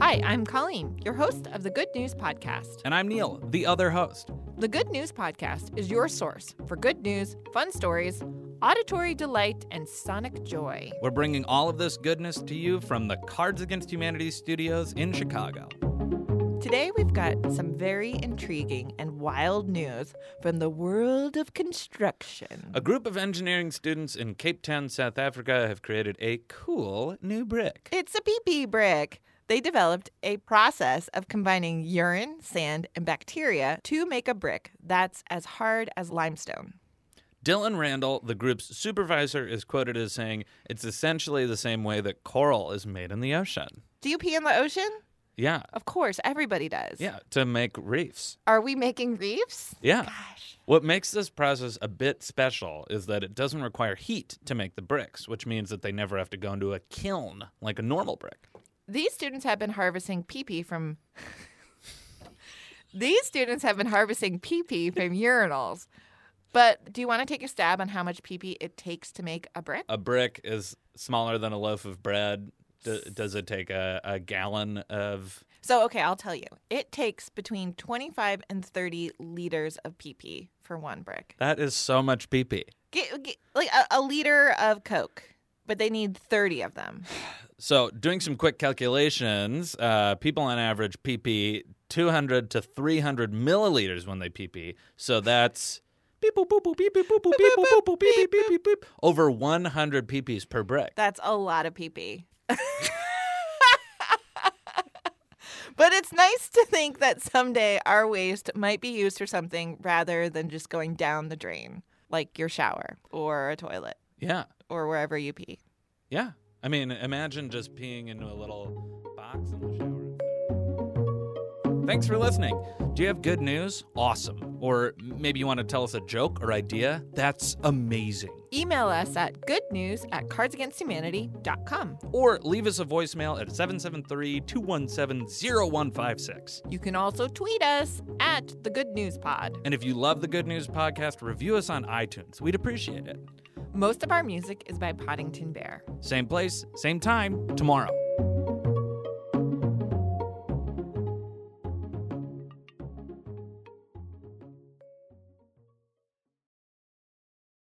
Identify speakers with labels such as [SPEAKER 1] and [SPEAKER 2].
[SPEAKER 1] Hi, I'm Colleen, your host of the Good News Podcast.
[SPEAKER 2] And I'm Neil, the other host.
[SPEAKER 1] The Good News Podcast is your source for good news, fun stories, auditory delight, and sonic joy.
[SPEAKER 2] We're bringing all of this goodness to you from the Cards Against Humanity studios in Chicago.
[SPEAKER 1] Today, we've got some very intriguing and wild news from the world of construction.
[SPEAKER 2] A group of engineering students in Cape Town, South Africa have created a cool new brick.
[SPEAKER 1] It's a BB brick. They developed a process of combining urine, sand, and bacteria to make a brick that's as hard as limestone.
[SPEAKER 2] Dylan Randall, the group's supervisor, is quoted as saying, It's essentially the same way that coral is made in the ocean.
[SPEAKER 1] Do you pee in the ocean?
[SPEAKER 2] Yeah,
[SPEAKER 1] Of course, everybody does.
[SPEAKER 2] yeah, to make reefs.
[SPEAKER 1] Are we making reefs?
[SPEAKER 2] Yeah.
[SPEAKER 1] Gosh.
[SPEAKER 2] What makes this process a bit special is that it doesn't require heat to make the bricks, which means that they never have to go into a kiln like a normal brick.
[SPEAKER 1] These students have been harvesting pee-pee from These students have been harvesting pee-pee from urinals. But do you want to take a stab on how much pee-pee it takes to make a brick?
[SPEAKER 2] A brick is smaller than a loaf of bread. D- does it take a, a gallon of.
[SPEAKER 1] So okay, I'll tell you. It takes between 25 and 30 liters of pee-pee for one brick.
[SPEAKER 2] That is so much pee pee.
[SPEAKER 1] Get, get- like a, a liter of Coke, but they need 30 of them.
[SPEAKER 2] So, doing some quick calculations, uh, people on average pee pee 200 to 300 milliliters when they pee pee. So that's. Beep, boop, boop, boop, beep, beep, boop, boop, beep, boop, boop, boop, beep, beep, beep, beep, beep. Over 100 pee pees per brick.
[SPEAKER 1] That's a lot of pee pee. but it's nice to think that someday our waste might be used for something rather than just going down the drain, like your shower or a toilet
[SPEAKER 2] Yeah.
[SPEAKER 1] or wherever you pee.
[SPEAKER 2] Yeah. I mean, imagine just peeing into a little box in the shower. Thanks for listening. Do you have good news? Awesome. Or maybe you want to tell us a joke or idea? That's amazing.
[SPEAKER 1] Email us at goodnews at cardsagainsthumanity.com.
[SPEAKER 2] Or leave us a voicemail at 773 217 0156.
[SPEAKER 1] You can also tweet us at the Good News Pod.
[SPEAKER 2] And if you love the Good News Podcast, review us on iTunes. We'd appreciate it.
[SPEAKER 1] Most of our music is by Poddington Bear.
[SPEAKER 2] Same place, same time, tomorrow.